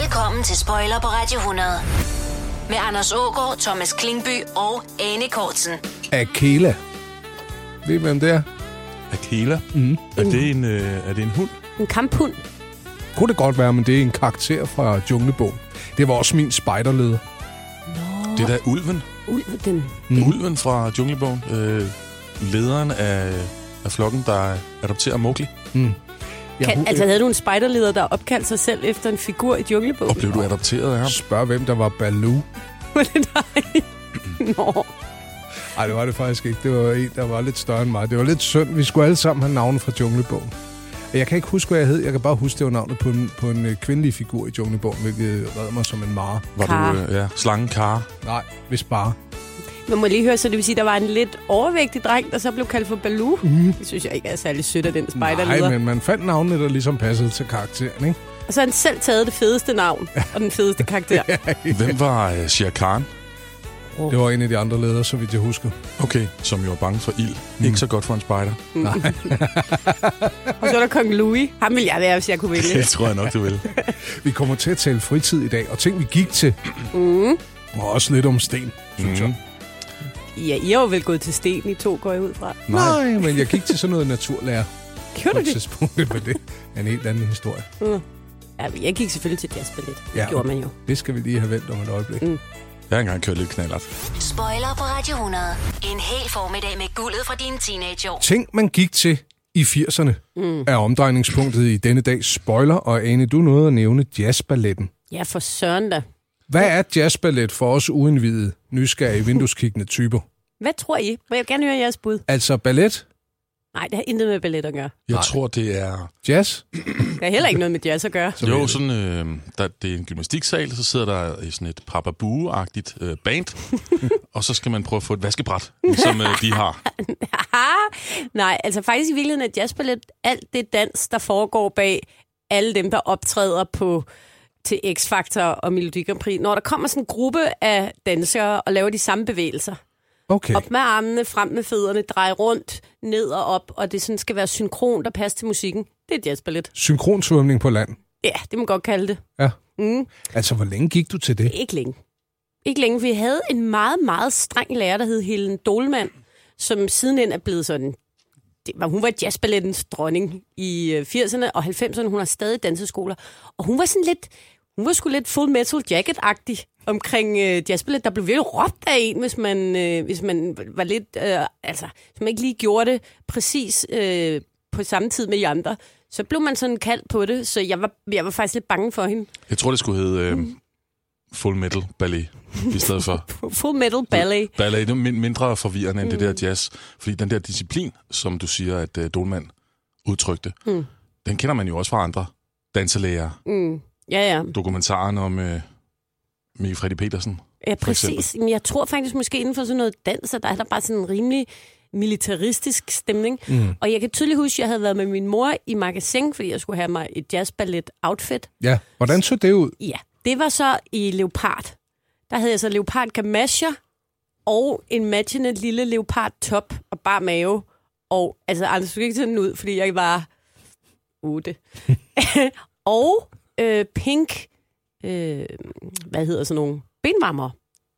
Velkommen til Spoiler på Radio 100. Med Anders Ågaard, Thomas Klingby og Anne Kortsen. Akela. Ved I, hvem det er? Akela? Mm. Er, det en, øh, er det en hund? En kamphund. Kunne det godt være, men det er en karakter fra Junglebogen. Det var også min spejderleder. Oh. Det er da ulven. Ulven, den. Mm. Ulven fra Junglebogen. Øh, lederen af, af flokken, der adopterer Mowgli. Jeg Kan, altså havde du en spejderleder, der opkaldte sig selv efter en figur i Og junglebogen? blev du adopteret af ham? spørg, hvem der var Baloo. Var det dig? Nå. Nej, det var det faktisk ikke. Det var en, der var lidt større end mig. Det var lidt synd. Vi skulle alle sammen have navne fra Junglebogen. Jeg kan ikke huske, hvad jeg hed. Jeg kan bare huske, det var navnet på en, på en øh, kvindelig figur i Junglebogen, hvilket redder mig som en mare. Var Kar. du øh, ja, slangen Kar? Nej, hvis bare. Men må jeg lige høre, så det vil sige, at der var en lidt overvægtig dreng, der så blev kaldt for Baloo. Mm. Det synes jeg ikke er særlig sødt af den spejderleder. Nej, men man fandt navnene, der ligesom passede til karakteren, ikke? Og så har han selv taget det fedeste navn og den fedeste karakter. Hvem var øh, Shere Khan? Det var en af de andre ledere, så vidt jeg husker. Okay, som jo er bange for ild. Mm. Ikke så godt for en spider. Og så er der Kong Louis. Ham ville jeg være, hvis jeg kunne vælge. Det tror jeg nok, du vil. Vi kommer til at tale fritid i dag, og ting, vi gik til. Mm. Og også lidt om sten, synes mm. jeg. Ja, I har jo vel gået til sten i to, går jeg ud fra. Nej. Nej, men jeg gik til sådan noget naturlærer på Gjorde et du det? tidspunkt, men det er en helt anden historie. Ja, men jeg gik selvfølgelig til jazzballet. Det Ja. gjorde man jo. Det skal vi lige have vendt om et øjeblik. Mm. Jeg har engang kørt lidt knallert. Spoiler på Radio 100. En hel formiddag med guldet fra dine teenageår. Ting, man gik til i 80'erne, mm. er omdrejningspunktet i denne dags spoiler, og Ane, du nåede at nævne jazzballetten. Ja, for søren da. Hvad er jazzballet for os uindvidede, nysgerrige, vindueskiggende typer? Hvad tror I? Må jeg gerne høre jeres bud? Altså ballet, Nej, det har intet med ballet at gøre. Jeg Nej. tror, det er... jazz, Det har heller ikke noget med jazz at gøre. Så ved jo, jeg sådan, øh, der, det er en gymnastiksal, så sidder der i sådan et papabue-agtigt øh, band, og så skal man prøve at få et vaskebræt, som øh, de har. Ah, nej, altså faktisk i virkeligheden er jazzballet alt det dans, der foregår bag alle dem, der optræder på til X-Factor og Melodi Grand Prix. Når der kommer sådan en gruppe af dansere og laver de samme bevægelser. okay. Op med armene, frem med fødderne, drej rundt, ned og op, og det sådan skal være synkron, der passer til musikken. Det er jazzballet. synkronsvømning på land. Ja, det må man godt kalde det. Ja. Mm. Altså, hvor længe gik du til det? Ikke længe. Ikke længe. Vi havde en meget, meget streng lærer, der hed Helen Dolman, som sidenhen er blevet sådan... Det var, hun var jazzballettens dronning i øh, 80'erne og 90'erne. Hun har stadig danseskoler. Og hun var sådan lidt... Hun var sgu lidt full metal jacket-agtig omkring øh, jazzballet. Der blev virkelig råbt af en, hvis man, øh, hvis man var lidt... Øh, altså, hvis man ikke lige gjorde det præcis øh, på samme tid med de andre. Så blev man sådan kaldt på det, så jeg var, jeg var faktisk lidt bange for hende. Jeg tror, det skulle hedde øh, Full Metal Ballet i stedet for. Full metal ballet. Ballet det er min- mindre forvirrende end det der jazz, fordi den der disciplin, som du siger, at øh, Dolman udtrykte, mm. den kender man jo også fra andre danselæger. Mm. Ja, ja. Dokumentaren om øh, Mikkel Freddy Petersen. Ja, for eksempel. præcis. Men jeg tror faktisk måske inden for sådan noget dans, at der er der bare sådan en rimelig militaristisk stemning. Mm. Og jeg kan tydeligt huske, at jeg havde været med min mor i magasin, fordi jeg skulle have mig et jazzballet-outfit. Ja. Hvordan så det ud? Ja, det var så i leopard. Der havde jeg så leopard gamasher og en matchende lille leopard top og bar mave. Og altså, Anders, du kan ikke tage den ud, fordi jeg var 8. og øh, pink, øh, hvad hedder sådan nogle, benvarmere.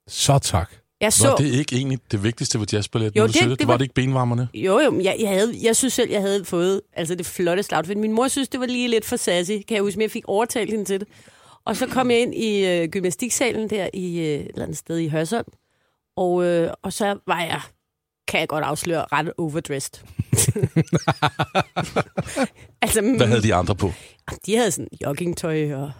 Så tak. Jeg Så. Var så, det ikke egentlig det vigtigste ved jazzballet? Jo, når du det- siger det det var- var det ikke benvarmerne? jo jo, men jeg, jeg, havde, jeg synes selv, jeg havde fået altså det flotteste outfit. Min mor synes, det var lige lidt for sassy, kan jeg huske, men jeg fik overtalt hende til det. Og så kom jeg ind i øh, gymnastiksalen der i øh, et eller andet sted i Hørsholm, og, øh, og så var jeg, kan jeg godt afsløre, ret overdressed. altså, Hvad havde de andre på? de havde sådan joggingtøj og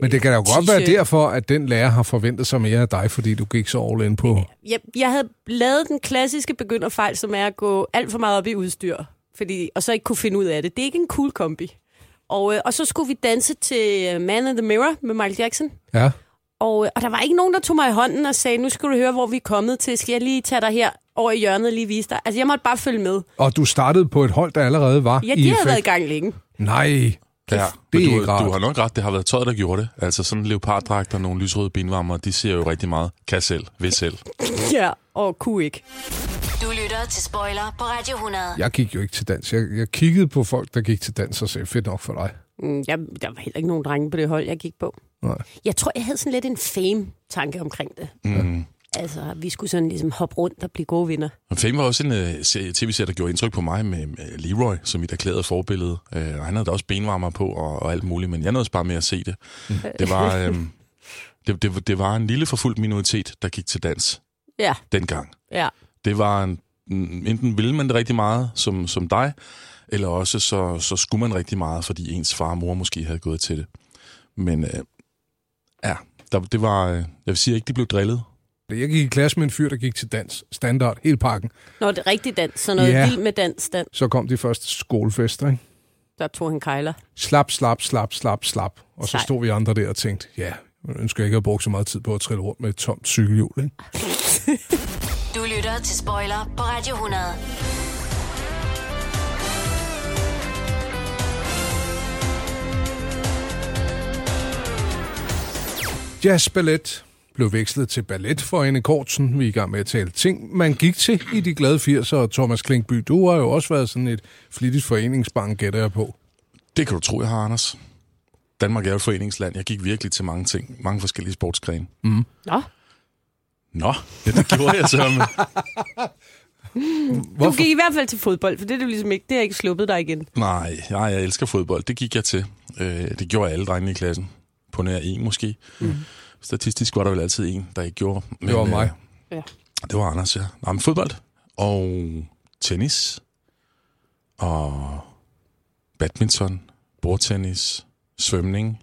Men det kan da jo godt være T-shirt. derfor, at den lærer har forventet sig mere af dig, fordi du gik så all in på... jeg, jeg havde lavet den klassiske begynderfejl, som er at gå alt for meget op i udstyr, fordi, og så ikke kunne finde ud af det. Det er ikke en cool kombi. Og, øh, og så skulle vi danse til øh, Man in the Mirror med Michael Jackson. Ja. Og, øh, og der var ikke nogen, der tog mig i hånden og sagde, nu skal du høre, hvor vi er kommet til. Skal jeg lige tage dig her over i hjørnet og lige vise dig? Altså, jeg måtte bare følge med. Og du startede på et hold, der allerede var Ja, i de havde effekt. været i gang længe. Nej. Ja, det er men du, ikke rart. du har nok ret, det har været tøjet, der gjorde det. Altså sådan en leoparddragt og nogle lysrøde benvarmere, de ser jo rigtig meget. Kan selv, ved selv. Ja, og kunne ikke. Du lytter til Spoiler på Radio 100. Jeg gik jo ikke til dans. Jeg, jeg kiggede på folk, der gik til dans og sagde, fedt nok for dig. Mm, Jeg, der var heller ikke nogen drenge på det hold, jeg gik på. Nej. Jeg tror, jeg havde sådan lidt en fame-tanke omkring det. Mm. Altså, vi skulle sådan ligesom hoppe rundt og blive gode vinder. Og Fame var også en øh, serie- tv-serie, der gjorde indtryk på mig med, med Leroy, som mit erklærede forbillede. Øh, og han havde da også benvarmer på og, og alt muligt, men jeg nåede bare med at se det. Mm. Det, var, øh, det, det, det var en lille forfulgt minoritet, der gik til dans Ja, dengang. ja. det var en, mm, enten ville man det rigtig meget som, som dig, eller også så, så skulle man rigtig meget, fordi ens far og mor måske havde gået til det. Men øh, ja, der, det var, øh, jeg vil sige ikke, de blev drillet. Jeg gik i klasse med en fyr, der gik til dans. Standard, hele pakken. Når det er rigtig dans, så noget Ja. vild med dans, dans, Så kom de første skolefester, ikke? der tog han kejler. Slap, slap, slap, slap, slap. Og så Sej. stod vi andre der og tænkte, ja, jeg ønsker ikke at bruge så meget tid på at trille rundt med et tomt cykelhjul, ikke? Du lytter til Spoiler på Radio 100. Jazzballet blev vekslet til ballet for Anne Kortsen. Vi er i gang med at tale ting, man gik til i de glade 80'er. Og Thomas Klinkby, du har jo også været sådan et flittigt foreningsbarn, gætter jeg på. Det kan du tro, jeg har, Anders. Danmark er jo et foreningsland. Jeg gik virkelig til mange ting. Mange forskellige sportsgrene. Mm. Nå, Nå, ja, det gjorde jeg så. men- du Hvorfor? gik i hvert fald til fodbold, for det er du ligesom ikke, det har ikke sluppet dig igen. Nej, nej, jeg elsker fodbold. Det gik jeg til. Øh, det gjorde alle drengene i klassen. På nær en måske. Mm. Statistisk var der vel altid en, der ikke gjorde. Men, Det var mig. Ja. Det var Anders, ja. Nå, men fodbold og tennis og badminton, bordtennis, svømning,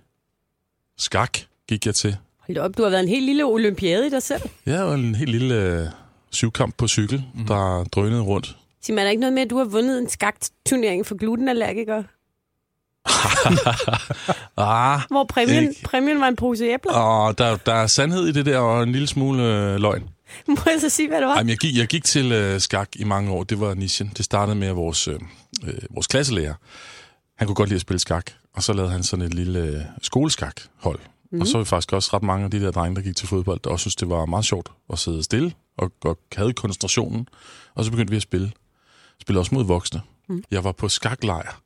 skak gik jeg til. Hold da op, du har været en helt lille olympiade i dig selv. Jeg var en helt lille øh, syvkamp på cykel, mm. der drønede rundt. Sig, man er ikke noget med, at du har vundet en skakturnering for glutenallergikere, Ah, hvor præmien, Ikke. præmien var en pose æbler. Ah. Ah, og der, der er sandhed i det der, og en lille smule øh, løgn. Må jeg så sige, hvad det var? Jamen, jeg gik, jeg gik til øh, skak i mange år. Det var nichen. Det startede med at vores, øh, øh, vores klasselærer. Han kunne godt lide at spille skak, og så lavede han sådan et lille øh, skoleskakhold. Mm. Og så var vi faktisk også ret mange af de der drenge, der gik til fodbold, der også syntes, det var meget sjovt at sidde stille og, og havde koncentrationen. Og så begyndte vi at spille. Spille også mod voksne. Mm. Jeg var på skaklejr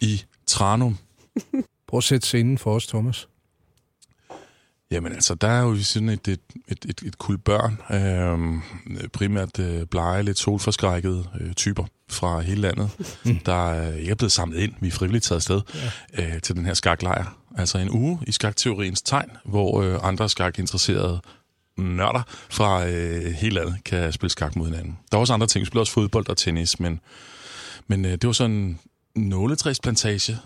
i Tranum. Prøv at sætte scenen for os, Thomas. Jamen altså, der er jo sådan et, et, et, et, et kul børn, øh, primært øh, blege, lidt solforskrækkede øh, typer fra hele landet, der øh, ikke er blevet samlet ind, vi er frivilligt taget afsted, ja. øh, til den her skaklejr. Altså en uge i skakteoriens tegn, hvor øh, andre skakinteresserede nørder fra øh, hele landet kan spille skak mod hinanden. Der er også andre ting, vi spiller også fodbold og tennis, men, men øh, det var sådan en nåletræsplantage,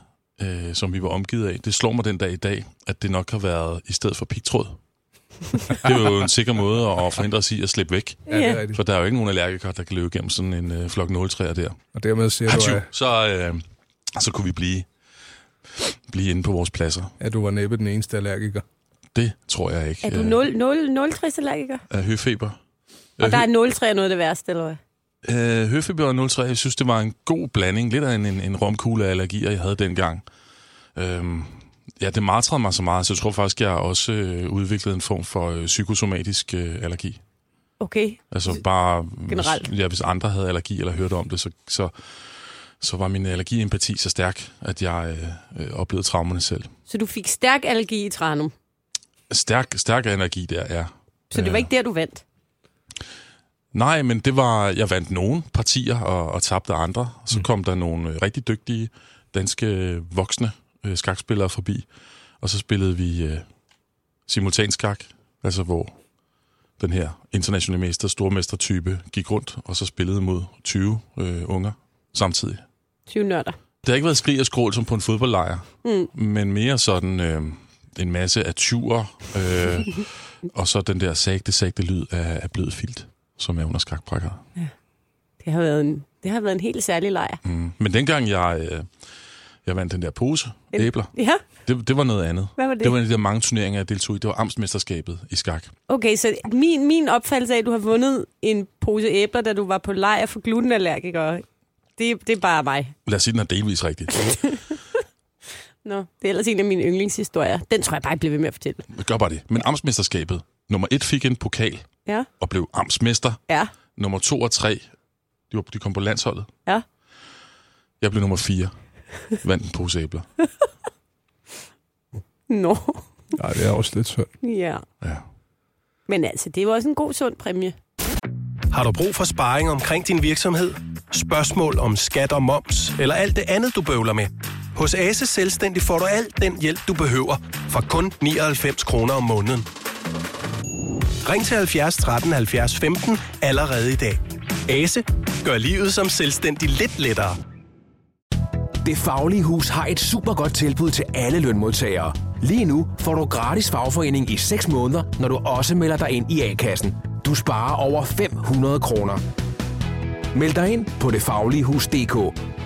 øh, som vi var omgivet af, det slår mig den dag i dag, at det nok har været i stedet for pigtråd. det er jo en sikker måde at forhindre os i at slippe væk. Ja, det er Ja. rigtigt. For der er jo ikke nogen allergikere, der kan løbe igennem sådan en øh, flok nåletræer der. Og dermed siger du, Hachu, at, så, øh, så kunne vi blive, blive inde på vores pladser. at du var næppe den eneste allergiker. Det tror jeg ikke. Er øh, du 0, 0, 0 allergiker? Af høfeber. Og der er 0 3 noget af det værste, eller hvad? Øh, Høfeber og 03, jeg synes, det var en god blanding. Lidt af en, en, en romkugle af allergier, jeg havde dengang. Øhm, ja, det martrede mig så meget, så jeg tror faktisk, jeg også øh, udviklede en form for øh, psykosomatisk øh, allergi. Okay. Altså bare... Generelt? Hvis, ja, hvis andre havde allergi eller hørte om det, så, så, så var min allergiempati så stærk, at jeg øh, øh, oplevede traumerne selv. Så du fik stærk allergi i Tranum. Stærk, stærk energi der, øh, ja. Så det var ikke der, du vandt. Nej, men det var, jeg vandt nogle partier og, og tabte andre. Så mm. kom der nogle øh, rigtig dygtige danske øh, voksne øh, skakspillere forbi, og så spillede vi øh, simultanskak, altså hvor den her internationale mester, stormestertype, gik rundt, og så spillede mod 20 øh, unger samtidig. 20 nørder. Det har ikke været skrig og skrål som på en fodboldlejr, mm. men mere sådan øh, en masse aturer, øh, og så den der sagte, sagte lyd af, af blød filt, som er under skakbrækkeret. Det har været en, det har været en helt særlig lejr. Mm. Men dengang jeg, øh, jeg vandt den der pose, En- æbler, Ja, det, det var noget andet. Hvad var det? Det var en af de der mange turneringer, jeg deltog i. Det var Amtsmesterskabet i skak. okay, så min, min opfattelse af, at du har vundet en pose æbler, da du var på lejr for glutenallergikere, det, det er bare mig. Lad os sige, den er delvis rigtig. Nå, det er ellers en af mine yndlingshistorier. Den tror jeg bare, jeg bliver ved med at fortælle. Gør bare det. Men Amtsmesterskabet, nummer et fik en pokal Ja, og blev Amtsmester. ja, Nummer to og tre, de, var, de kom på landsholdet. ja. Jeg blev nummer fire. Vandt en pose æbler. Nå, Nej, det er også lidt synd. ja. Ja. Men altså, det er jo også en god, sund præmie. Har du brug for sparring omkring din virksomhed? Spørgsmål om skat og moms, eller alt det andet, du bøvler med? Hos Ase Selvstændig får du alt den hjælp, du behøver, for kun 99 kroner om måneden. Ring til 70 13 70 15 allerede i dag. Ase gør livet som selvstændig lidt lettere. Det Faglige Hus har et super godt tilbud til alle lønmodtagere. Lige nu får du gratis fagforening i 6 måneder, når du også melder dig ind i A-kassen. Du sparer over 500 kroner. Meld dig ind på detfagligehus.dk.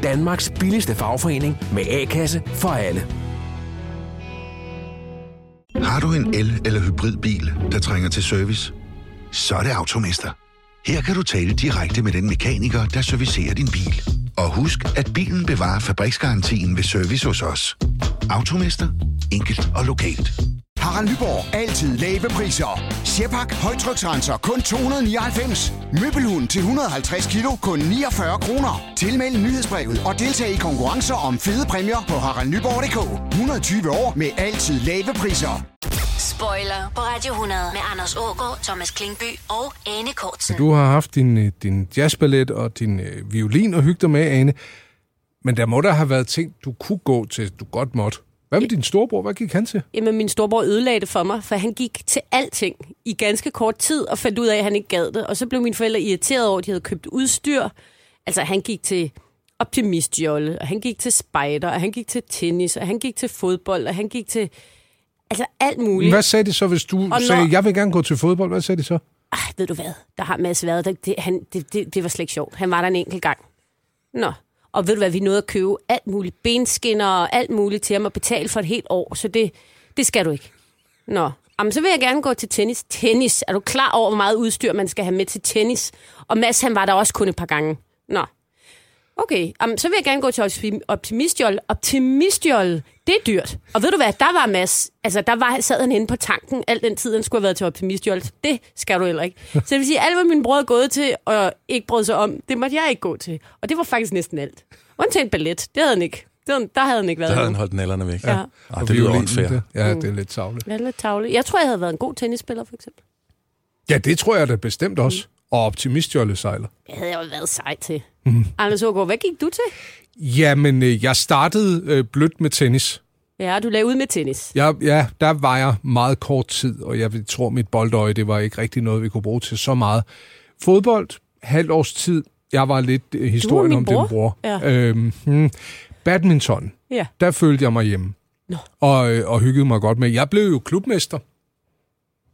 Danmarks billigste fagforening med A-kasse for alle. Har du en el- eller hybridbil, der trænger til service? Så er det Automester. Her kan du tale direkte med den mekaniker, der servicerer din bil. Og husk, at bilen bevarer fabriksgarantien ved service hos os. Automester. Enkelt og lokalt. Harald Nyborg. Altid lave priser. Sjehpak. Højtryksrenser. Kun 299. Møbelhund til 150 kilo. Kun 49 kroner. Tilmeld nyhedsbrevet og deltag i konkurrencer om fede præmier på haraldnyborg.dk. 120 år med altid lave priser. Spoiler på Radio 100 med Anders Ågaard, Thomas Klingby og Ane Kortsen. Du har haft din, øh, din jazzballet og din øh, violin og hygge dig med, Ane. Men der må der have været ting, du kunne gå til, du godt måtte. Hvad med din storebror? Hvad gik han til? Jamen, min storbror ødelagde det for mig, for han gik til alting i ganske kort tid og fandt ud af, at han ikke gad det. Og så blev mine forældre irriteret over, at de havde købt udstyr. Altså, han gik til optimistjolle, og han gik til spejder, og han gik til tennis, og han gik til fodbold, og han gik til... Altså, alt muligt. Hvad sagde de så, hvis du når- sagde, jeg vil gerne gå til fodbold? Hvad sagde de så? Ej, Ah, ved du hvad, der har Mads været, der, det, han, det, det, det var slet ikke sjovt. Han var der en enkelt gang. Nå, og ved du hvad, vi nåede at købe alt muligt, benskinner og alt muligt til ham og betale for et helt år, så det, det skal du ikke. Nå, Jamen, så vil jeg gerne gå til tennis. Tennis, er du klar over, hvor meget udstyr man skal have med til tennis? Og Mads, han var der også kun et par gange. Nå, okay, Jamen, så vil jeg gerne gå til optim- optimistjol. Optimistjol, det er dyrt. Og ved du hvad, der var Mads, altså der var, sad han inde på tanken al den tid, han skulle have været til optimistjol. Det skal du heller ikke. Så det vil sige, alt hvad min bror er gået til og ikke brød sig om, det måtte jeg ikke gå til. Og det var faktisk næsten alt. Undtagen ballet, det havde han ikke. Det havde, der havde han ikke været. Der havde han endnu. holdt nallerne væk. Ja. Ej, Og det lyder violinen, unfair. det- Mm. Ja, det er lidt savligt. Hvad er lidt tavle? Jeg tror, jeg havde været en god tennisspiller, for eksempel. Ja, det tror jeg da bestemt også. Mm. Og optimistjolle sejler. Det havde jeg jo været sej til. Mhm. Anders Ågaard, hvad gik du til? Jamen, øh, jeg startede øh, blødt med tennis. Ja, du lagde ud med tennis. Ja, ja, der var jeg meget kort tid, og jeg tror, mit boldøje, det var ikke rigtig noget, vi kunne bruge til så meget. Fodbold, halvt års tid. Jeg var lidt øh, historien min om bror. din bror. Ja. Øhm, hmm. Badminton, Ja. der følte jeg mig hjemme. Nå. Og, øh, og hyggede mig godt med. Jeg blev jo klubmester.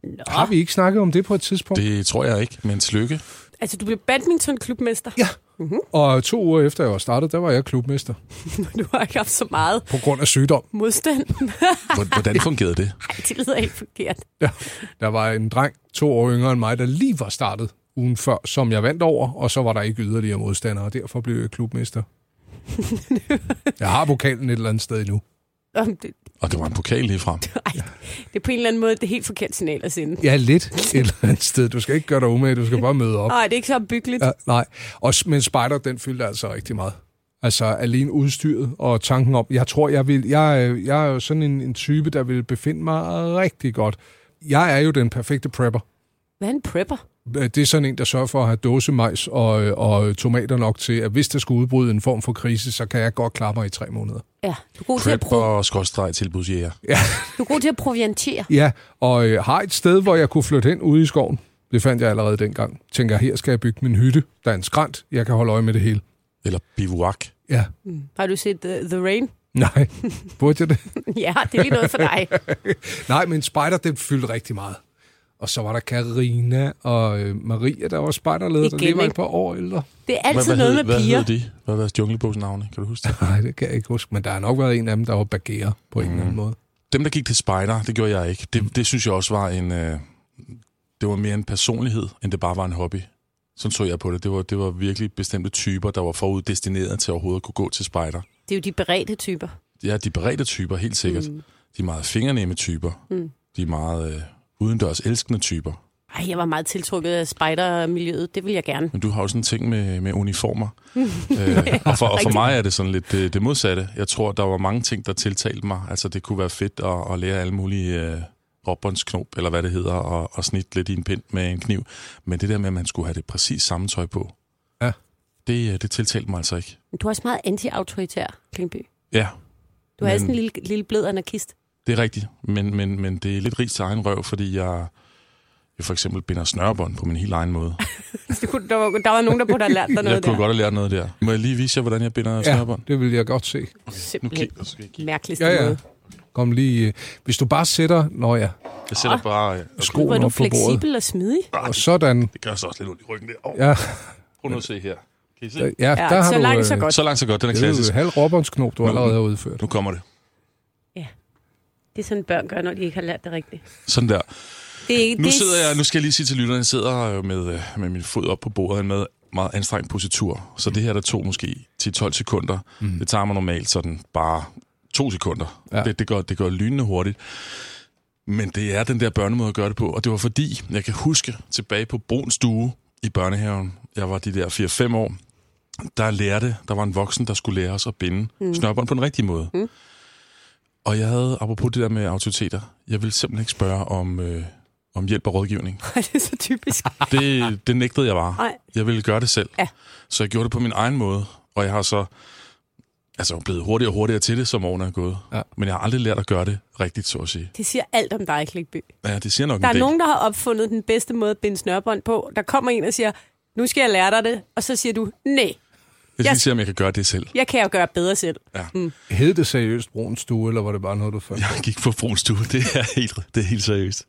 Nå. Har vi ikke snakket om det på et tidspunkt? Det tror jeg ikke, men tillykke. Altså, du blev badmintonklubmester. Ja. Og to uger efter jeg var startet, der var jeg klubmester. Du har ikke haft så meget På grund af sygdom. modstand. Hvor- Hvordan fungerede det? Ej, det lyder helt forkert. Ja. Der var en dreng, to år yngre end mig, der lige var startet ugen før, som jeg vandt over, og så var der ikke yderligere modstandere, og derfor blev jeg klubmester. jeg har pokalen et eller andet sted endnu. Om det- Og det var en pokal lige frem. Ej, det er på en eller anden måde det er helt forkert signal at sende. Ja, lidt et eller andet sted. Du skal ikke gøre dig umage, du skal bare møde op. Nej, det er ikke så byggeligt. Ja, nej, og, s- men Spider, den fyldte altså rigtig meget. Altså alene udstyret og tanken om, jeg tror, jeg vil, jeg, er- jeg er jo sådan en, en type, der vil befinde mig rigtig godt. Jeg er jo den perfekte prepper. Hvad er en prepper? Øh, Det er sådan en, der sørger for at have dåsemajs og, øh, og tomater nok til, at hvis der skulle udbryde en form for krise, så kan jeg godt klare mig i tre måneder. Ja, du er god, til at, pro- Prepper, skorstreg, tilbudsjæger. du er god til at proviantere. Ja, og øh, har et sted, hvor jeg kunne flytte hen ude i skoven. Det fandt jeg allerede dengang. Tænker, her skal jeg bygge min hytte. Der er en skrant. Jeg kan holde øje med det hele. Eller bivouac. Ja, Har du set uh, The Rain? nej. Burde jeg det? ja, det er lige noget for dig. Nej, men spider, den fyldte rigtig meget. Og så var der Karina og øh, Maria, der var spejderleder, der Igen, lige var et ikke? par år ældre. Det er altid hvad, noget hed- med hvad piger. hed de? Hvad var deres junglebogsnavne? Kan du huske det? Nej, det kan jeg ikke huske, men der har nok været en af dem, der var bagere på en eller anden måde. Dem, der gik til spejder, det gjorde jeg ikke. Det, det synes jeg også var en... Øh, det var mere en personlighed, end det bare var en hobby. Sådan så jeg på det. Det var, det var virkelig bestemte typer, der var foruddestineret til overhovedet at kunne gå til spejder. Det er jo de beredte typer. Ja, de beredte typer, helt sikkert. Mm. De er meget fingernemme typer. Mm. De er meget øh, udendørs elskende typer. Ej, jeg var meget tiltrukket af spejdermiljøet. Det vil jeg gerne. Men du har jo sådan en ting med, med uniformer. øh, og, for, og for mig er det sådan lidt det, det modsatte. Jeg tror, der var mange ting, der tiltalte mig. Altså, det kunne være fedt at, at lære alle mulige øh, råbåndsknop, eller hvad det hedder, og, og snit lidt i en pind med en kniv. Men det der med, at man skulle have det præcis samme tøj på, Ja. det, øh, det tiltalte mig altså ikke. Men du er også meget anti-autoritær, Klingby. Ja, Du er Men- sådan en lille, lille blød anarkist. det er rigtigt. Men, men, men det er lidt rigt til egen røv, fordi jeg, jeg for eksempel binder snørebånd på min helt egen måde. Du kunne- Der var, der var nogen, der burde have lært dig noget jeg kunne der. godt have lært noget der. Må jeg lige vise jer, hvordan jeg binder ja. snørebånd? det vil jeg godt se. Nu Simpelthen kigger jeg. mærkeligste Ja, ja. måde. Kom lige... øh, Hvis du bare sætter... Nå ja, Jeg sætter Ah. bare... øh, Okay. Hvor er skoen du op på bordet. fleksibel og smidig? Og sådan... Det gør så også lidt ondt i ryggen der. Oh, Ja, Prøv nu at se her. Kan I se? ja, der Ja, har så du... øh, langt, så godt. Så langt, så godt. Den er Det er klassisk. jo halv råbåndsknop, du Nu- allerede har udført. Nu kommer det. Det er sådan, børn gør, når de ikke har lært det rigtigt. Sådan der. Det er, ikke- Nu det er- sidder jeg, nu skal jeg lige sige til lytterne, jeg sidder øh, med, øh, med min fod op på bordet i en med meget anstrengt positur. Så det her, der tog måske 10-12 sekunder. Mm. Det tager mig normalt sådan bare to sekunder. Ja. Ja. Det, det, går, det går lynende hurtigt. Men det er den der børnemåde at gøre det på. Og det var fordi, jeg kan huske tilbage på Bruns Stue i børnehaven. Jeg var de der 4-5 år. Der lærte, der var en voksen, der skulle lære os at binde mm. snørbånd på den rigtige måde. Mm. Og jeg havde, apropos det der med autoriteter, jeg ville simpelthen ikke spørge om, øh, om hjælp og rådgivning. det er så typisk. Det, det nægtede jeg bare. Ej. Jeg ville gøre det selv. Ja. Så jeg gjorde det på min egen måde, og jeg har så altså, blevet hurtigere og hurtigere til det, som årene er gået. Ja. Men jeg har aldrig lært at gøre det rigtigt, så at sige. Det siger alt om dig, Klikby. Ja, det siger nok Der en er del. nogen, der har opfundet den bedste måde at binde snørbånd på. Der kommer en og siger, nu skal jeg lære dig det. Og så siger du, nej, Jeg skal Jeg- Mm. yes. se, om jeg kan gøre det selv. jeg kan jo gøre bedre selv. Ja. Hed det seriøst brun stue, eller var det bare noget, du fandt? Jeg gik på Bruns Stue. Det er helt, det er helt seriøst.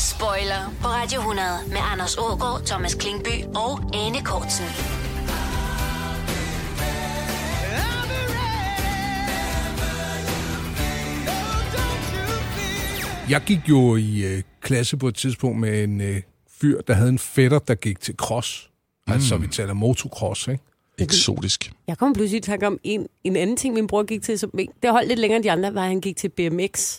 Spoiler på Radio 100 med Anders Ågaard, Thomas Klingby og Anne Kortsen. Jeg gik jo i øh, klasse på et tidspunkt med en øh, fyr, der havde en fætter, der gik til cross. Mm. Altså, vi taler motocross, ikke? Eksotisk. Jeg kom pludselig i tanke om en, en anden ting, min bror gik til. Som, det holdt lidt længere end de andre, var, at han gik til BMX.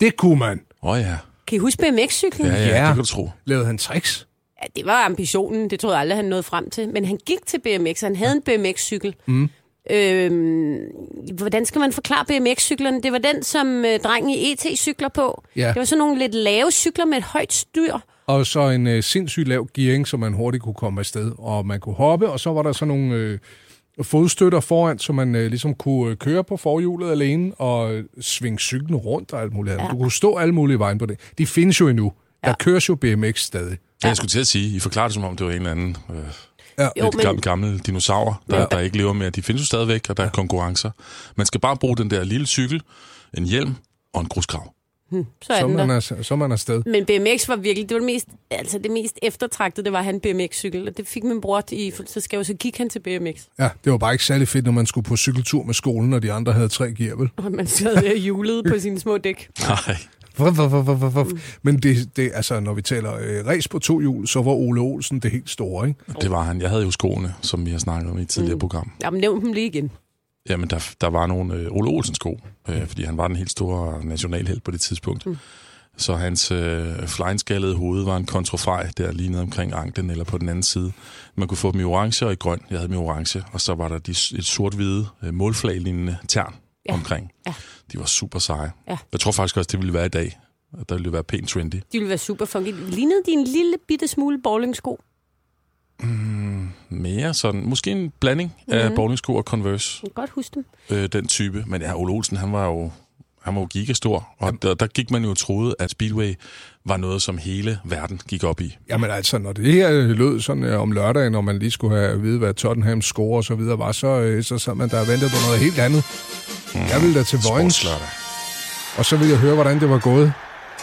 Det kunne man. Åh oh, ja. Kan I huske BMX-cyklen? Ja, Ja. ja, ja, det kan du tro. Lavede han tricks? Ja, det var ambitionen. Det troede jeg aldrig, han nåede frem til. Men han gik til BMX. Han havde en BMX-cykel. Mm. Øhm, hvordan skal man forklare BMX-cyklerne? Det var den, som øh, drengen i ET cykler på. Ja. Det var sådan nogle lidt lave cykler med et højt styr. Og så en øh, sindssygt lav gearing, så man hurtigt kunne komme afsted. Og man kunne hoppe, og så var der sådan nogle øh, fodstøtter foran, så man øh, ligesom kunne øh, køre på forhjulet alene og øh, svinge cyklen rundt og alt muligt. Ja. Du kunne stå alle mulige vejen på det. De findes jo endnu. Ja. Der køres jo BMX stadig. Ja. Jeg skulle til at sige, I forklarer det, som om det var en eller anden øh, Jo, lidt gammel, gammel dinosaur, der, Ja. ja. der ikke lever mere. De findes jo stadigvæk, og der er konkurrencer. Man skal bare bruge den der lille cykel, en hjelm og en gruskrav. så er Så er den der. man, er, så er man afsted. Men BMX var virkelig, det var det mest, altså det mest eftertragtede, det var han BMX-cykel. Og det fik min bror i, så skæv, så gik han til BMX. Ja, det var bare ikke særlig fedt, når man skulle på cykeltur med skolen, og de andre havde tre gear, vel? Og man sad der og julede på sine små dæk. Nej. Vup, vup, vup, vup, vup, vup. Men det, det, altså, når vi taler øh, race på to hjul, så var Ole Olsen det helt store, ikke? Det var han. Jeg havde jo skoene, som vi har snakket om i et tidligere mm. program. Jamen, nævn dem lige igen. Jamen, der, der var nogle øh, Ole Olsen sko, øh, fordi han var den helt store nationalhelt på det tidspunkt. Mm. Så hans øh, fleinskallede hoved var en kontrafej der lige nede omkring anklen eller på den anden side. Man kunne få dem i orange og i grøn. Jeg havde dem i orange. Og så var der de, et sort-hvide øh, målflaglignende tern ja. omkring. Ja. De var super seje. Ja. Jeg tror faktisk også, det ville være i dag. At Der ville det være pænt trendy. De ville være super funky. Lignede de en lille bitte smule bowlingsko? Mere sådan, måske en blanding mm. af bowlingsko og Converse. Jeg kan godt huske dem. øh, den type. Men ja, Ole Olsen, han var jo, han var jo gigastor, og der, der gik man jo og troede, at Speedway var noget, som hele verden gik op i. Jamen altså, når det her øh, lød sådan øh, om lørdagen, når man lige skulle have at vide, hvad Tottenham score og så videre var, så, øh, så sad man der og ventede på noget helt andet. Jeg ville da til Vojens, Sportslørdag. og så ville jeg høre, hvordan det var gået.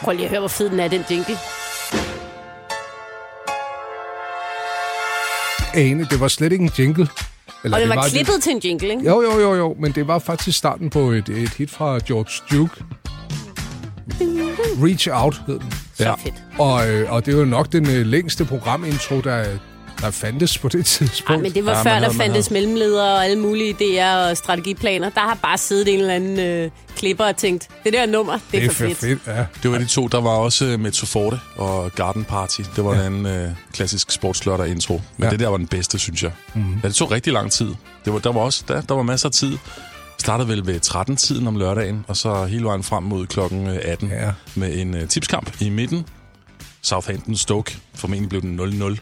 Prøv lige at høre, hvor fed den er, den jingle. Ane, det var slet ikke en jingle. Eller, Og den var det. klippet til en jingle, ikke? Jo, jo, jo, jo, men det var faktisk starten på et, et hit fra George Duke. Reach Out hed den. Så fedt. Og, øh, og det var nok den øh, længste programintro, der, der fandtes på det tidspunkt. Ej, men det var Ja, ja, man før, der havde- man fandtes havde- mellemledere og alle mulige idéer og strategiplaner. Der har bare siddet en eller anden øh, klipper og tænkt, det der nummer, det, det er for fedt. fedt. Ja. Det var de to. Der var også øh, Mezzo Forte og Garden Party. Det var ja. en anden øh, klassisk sportslørdag intro. Men Ja. ja. det der var den bedste, synes jeg. Mm. Ja, det tog rigtig lang tid. Det var, der var også der, der var masser af tid. Startede vel ved 13-tiden om lørdagen, og så hele vejen frem mod klokken øh, 18 Ja. ja. med en øh, tipskamp i midten. Southampton Stoke. Formentlig blev den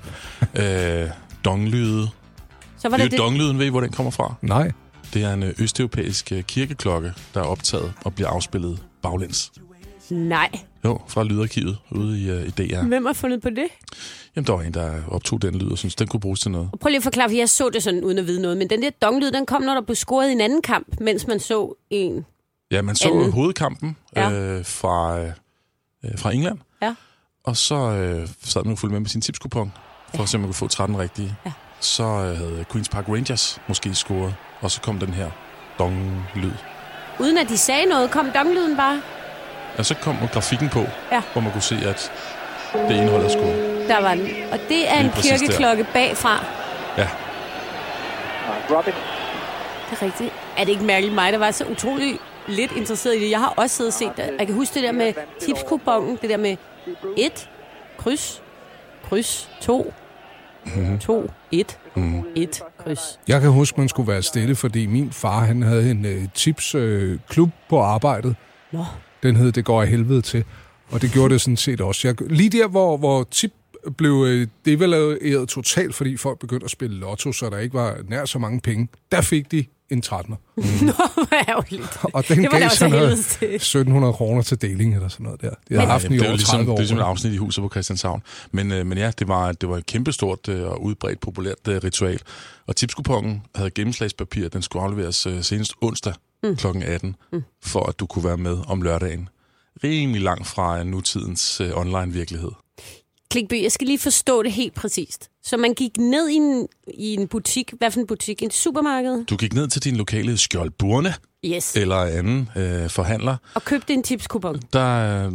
0-0. øh, donglyde. Så var Det er det, jo det, donglyden, ved I, hvor den kommer fra? Nej. Det er en øh, østeuropæisk øh, kirkeklokke, der er optaget og bliver afspillet baglæns. Nej, Jo, fra Lydarkivet ude i, øh, i DR. hvem har fundet på det? Jamen, der var en, der optog den lyd og syntes, den kunne bruges til noget. Og prøv lige at forklare, for jeg så det sådan uden at vide noget, men den der donglyd, den kom, når der blev scoret i en anden kamp, mens man så en. Ja, man så Anden. Anden. hovedkampen Ja. ja. øh, fra, øh, øh, fra England. Ja. Og så øh, sad man og fulgte med med sin tipskupon, for ja. at se, om man kunne få 13 rigtige. Ja. Så øh, havde Queen's Park Rangers måske scoret, og så kom den her dong-lyd. Uden at de sagde noget, kom donglyden bare. Og så kom grafikken på, Ja. hvor man kunne se, at det ene hold er scoret. Der var den. Og det er en Lige præcis der. kirkeklokke bagfra. Ja, Det er rigtigt. Er det ikke mærkeligt mig, der var så utrolig lidt interesseret i det? Jeg har også siddet og set det. Jeg kan huske det der med tipskupongen. Det der med 1, kryds, kryds, 2, Mhm. 2, 1, 1, kryds. Jeg kan huske, man skulle være stille, fordi min far han havde en øh, tipsklub øh, klub på arbejdet. Nå. Den hed Det går af helvede til. Og det gjorde det sådan set også. Jeg, lige der, hvor, hvor tip blev øh, devalueret totalt, fordi folk begyndte at spille lotto, så der ikke var nær så mange penge, der fik de en 13'er. Nå, hvor ærgerligt. Og den Det var da gav også sådan noget helvedes til. 1700 kroner til deling eller sådan noget der. Det har haft den i det er over jo 30 ligesom, det er år. ligesom et afsnit i huset på Christianshavn. Men, øh, men ja, det var, det var et kæmpestort øh, og udbredt populært øh, ritual. Og tipskupongen havde gennemslagspapir, den skulle afleveres øh, senest onsdag mm. kl. 18, mm. for at du kunne være med om lørdagen. Rimelig langt fra øh, nutidens øh, online-virkelighed. Klikby, jeg skal lige forstå det helt præcist. Så man gik ned i en, i en butik. Hvad for en butik? En supermarked? Du gik ned til din lokale skjoldburne Yes. eller anden øh, forhandler. Og købte en tipskupon. Der, øh,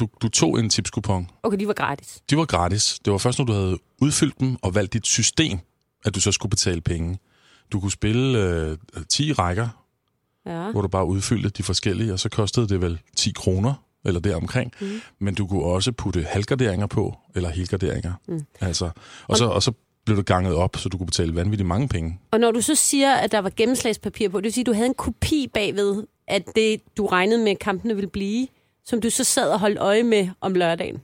du, du tog en tipskupon, Okay, de var gratis. De var gratis. Det var først, når du havde udfyldt dem og valgt dit system, at du så skulle betale penge. Du kunne spille øh, 10 rækker, Ja. hvor du bare udfyldte de forskellige, og så kostede det vel 10 kroner, eller deromkring. Mm. Men du kunne også putte halvgarderinger på, eller helgarderinger. Mm. Altså, og, så, og så blev det ganget op, så du kunne betale vanvittigt mange penge. Og når du så siger, at der var gennemslagspapir på, det vil sige, at du havde en kopi bagved, at det, du regnede med, at kampene ville blive, som du så sad og holdt øje med om lørdagen.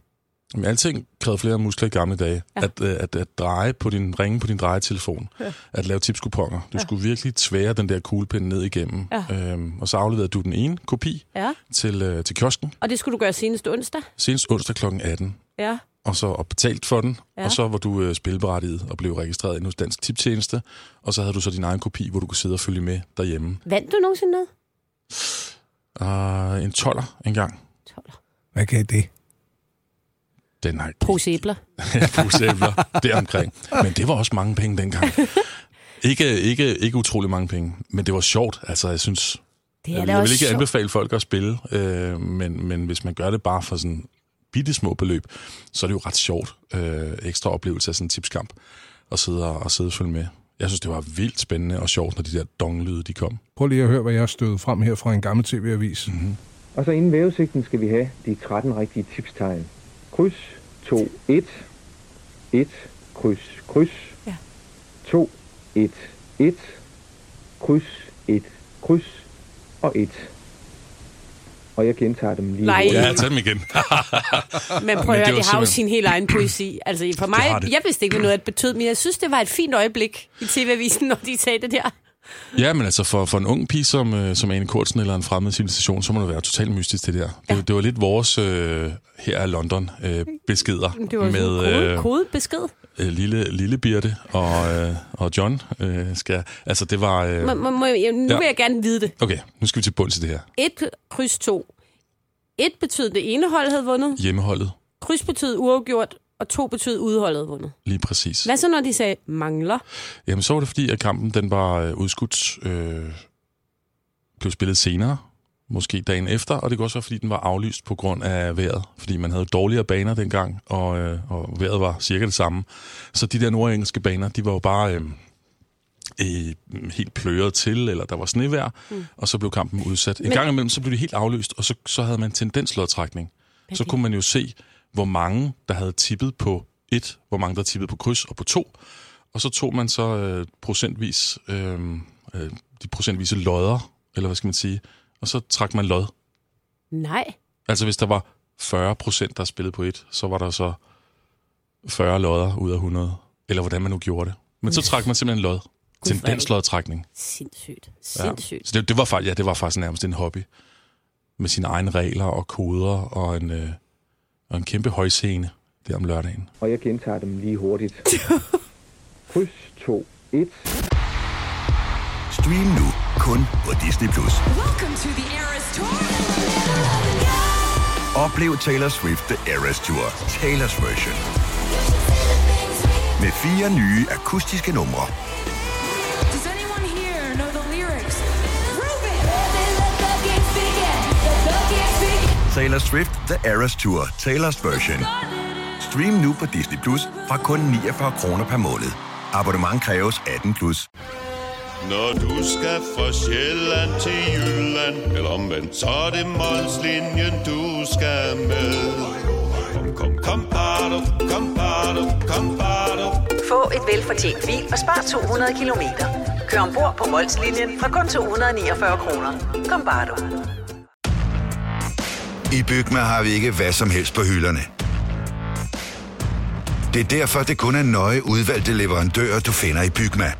Men alting krævede flere muskler i gamle dage. Ja. Ja. At, øh, at, at dreje på din, ringe på din drejetelefon. Ja. At lave tipskuponger. Du ja. skulle virkelig tvære den der kuglepind ned igennem. Ja. Øhm, og så afleverede du den ene kopi Ja. til, øh, til kiosken, Og det skulle du gøre senest onsdag. senest onsdag kl. 18, Ja. og så og betalt for den, Ja. ja. og så var du øh, spilberettiget og blev registreret ind hos Dansk Tiptjeneste, og så havde du så din egen kopi, hvor du kunne sidde og følge med derhjemme. Vandt du nogensinde noget? Uh, en toller engang. 12. Hvad gav det? Den har Pose æbler. brusæbler deromkring. Men det var også mange penge dengang. Ikke, ikke, ikke utrolig mange penge, men det var sjovt. Altså, jeg synes, Det ja, er jeg, da jeg vil også ikke sjovt. anbefale folk at spille, øh, men, men hvis man gør det bare for sådan bitte små beløb, så er det jo ret sjovt øh, ekstra oplevelse af sådan en tipskamp at sidde og, og sidde og følge med. Jeg synes, det var vildt spændende og sjovt, når de der donglyde, de kom. Prøv lige at høre, hvad jeg stødte frem her fra en gammel tv-avis. Mhm. Mm-hmm. Og så inden vævesigten skal vi have de 13 rigtige tipstegn. Kryds, 2, 1. 1, kryds, kryds. Ja. 2, 1, 1. Kryds, 1, kryds og 1. Og jeg gentager dem lige. Nej. hurtigt. Ja, tag dem igen. Men prøv Men at det høre, var det har jo simpelthen- sin helt egen poesi. Altså for har mig, det. jeg vidste ikke, hvad noget af det betød, men jeg synes, det var et fint øjeblik i TV-avisen, når de sagde det der. Ja, men altså for, for en ung pige som, øh, som Anne Kortsen eller en fremmed civilisation, så må det være totalt mystisk det der. Ja. Det, det var lidt vores øh, her er London øh, beskeder Det var med sådan en kode, kodebesked. øh, lille, lille Birte og, øh, og John. Øh, skal, altså det var... Øh, Må, må, må, jeg- nu Ja. vil jeg gerne vide det. okay, nu skal vi til bunds i det her. Et kryds to. Et betød, det ene hold havde vundet. Hjemmeholdet, Kryds betød uafgjort, og to betød udholdet vundet. lige præcis. Hvad så, når de sagde mangler? Jamen så var det fordi, at kampen den var øh, udskudt, øh, blev spillet senere, måske dagen efter, og det kunne også være, fordi den var aflyst på grund af vejret, fordi man havde dårligere baner dengang, og, øh, og vejret var cirka det samme. Så de der nordengelske baner, de var jo bare øh, øh, helt pløret til, eller der var snevejr, mm. og så blev kampen udsat. En Men- gang imellem, så blev de helt aflyst, og så, så havde man tendenslodtrækning. Så kunne man jo se, hvor mange, der havde tippet på et, hvor mange, der tippede på kryds og på to, og så tog man så øh, procentvis, øh, øh, de procentvise lodder, eller hvad skal man sige, og så trak man lod. Nej. Altså hvis der var 40 procent, der spillede på et, så var der så 40 lodder ud af 100, eller hvordan man nu gjorde det. Men så trak man simpelthen lod. Tendenslodtrækning. Sindssygt. Ja. Sindssygt. Så det, det, var, fakt- ja, det var faktisk nærmest en hobby. Med sine egne regler og koder og en, øh, og en kæmpe højscene der om lørdagen. Og jeg gentager dem lige hurtigt. Kryds 2, 1. Stream nu kun på Disney+. Plus. Oplev Taylor Swift The Eras Tour, Taylor's version. Med fire nye akustiske numre. Taylor Swift The Eras Tour, Taylor's version. Stream nu på Disney Plus fra kun 49 kroner per måned. Abonnement kræves 18 plus. Når du skal fra Sjælland til Jylland Eller omvendt, så er det Molslinjen, du skal med Kom, kom, kom, bado, kom, bado, kom, bado. Få et velfortjent bil og spar 200 kilometer. Kør ombord på Molslinjen fra kun 249 kroner. Kom bare du. I Bygma har vi ikke hvad som helst på hylderne. Det er derfor, det kun er nøje udvalgte leverandører, du finder i Bygma.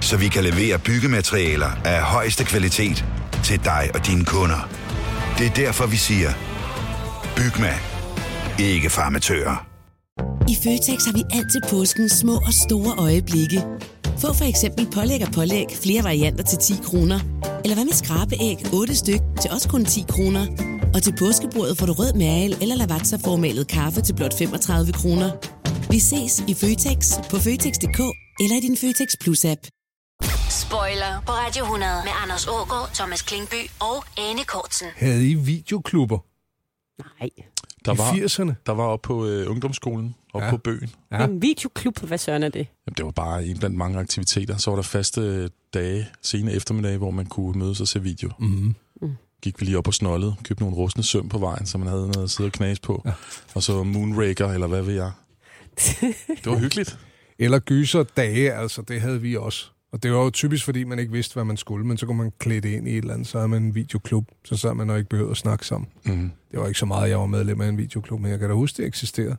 Så vi kan levere byggematerialer af højeste kvalitet til dig og dine kunder. Det er derfor, vi siger, Bygma. Ikke farmatører. I Føtex har vi alt til påsken små og store øjeblikke. Få for eksempel pålæg og pålæg flere varianter til 10 kroner. Eller hvad med skrabeæg 8 styk til også kun 10 kroner. Og til påskebordet får du rød mal eller lavatserformalet kaffe til blot 35 kroner. Vi ses i Føtex på Føtex.dk eller i din Føtex Plus-app. Spoiler på Radio 100 med Anders Ågaard, Thomas Klingby og Anne Kortsen. Havde I videoklubber Nej. Der i var, 80'erne? der var oppe på øh, ungdomsskolen, oppe Ja. ja. på bøen. Ja. Ja. En videoklub, hvad søren er det? Jamen, det var bare en blandt mange aktiviteter. Så var der faste øh, dage, sene eftermiddage, hvor man kunne mødes og se video. Mm. Mm-hmm. Gik vi lige op og snollede, købte nogle rustne søm på vejen, så man havde noget at sidde og knase på. Ja. Og så Moonraker, eller hvad ved jeg. Det var hyggeligt. Eller gyserdage, altså, det havde vi også. Og det var jo typisk, fordi man ikke vidste, hvad man skulle, men så kunne man klæde det ind i et eller andet, så havde man en videoklub, så sad man og ikke behøvede at snakke sammen. Mm. Det var ikke så meget, jeg var medlem af en videoklub, men jeg kan da huske, det eksisterede.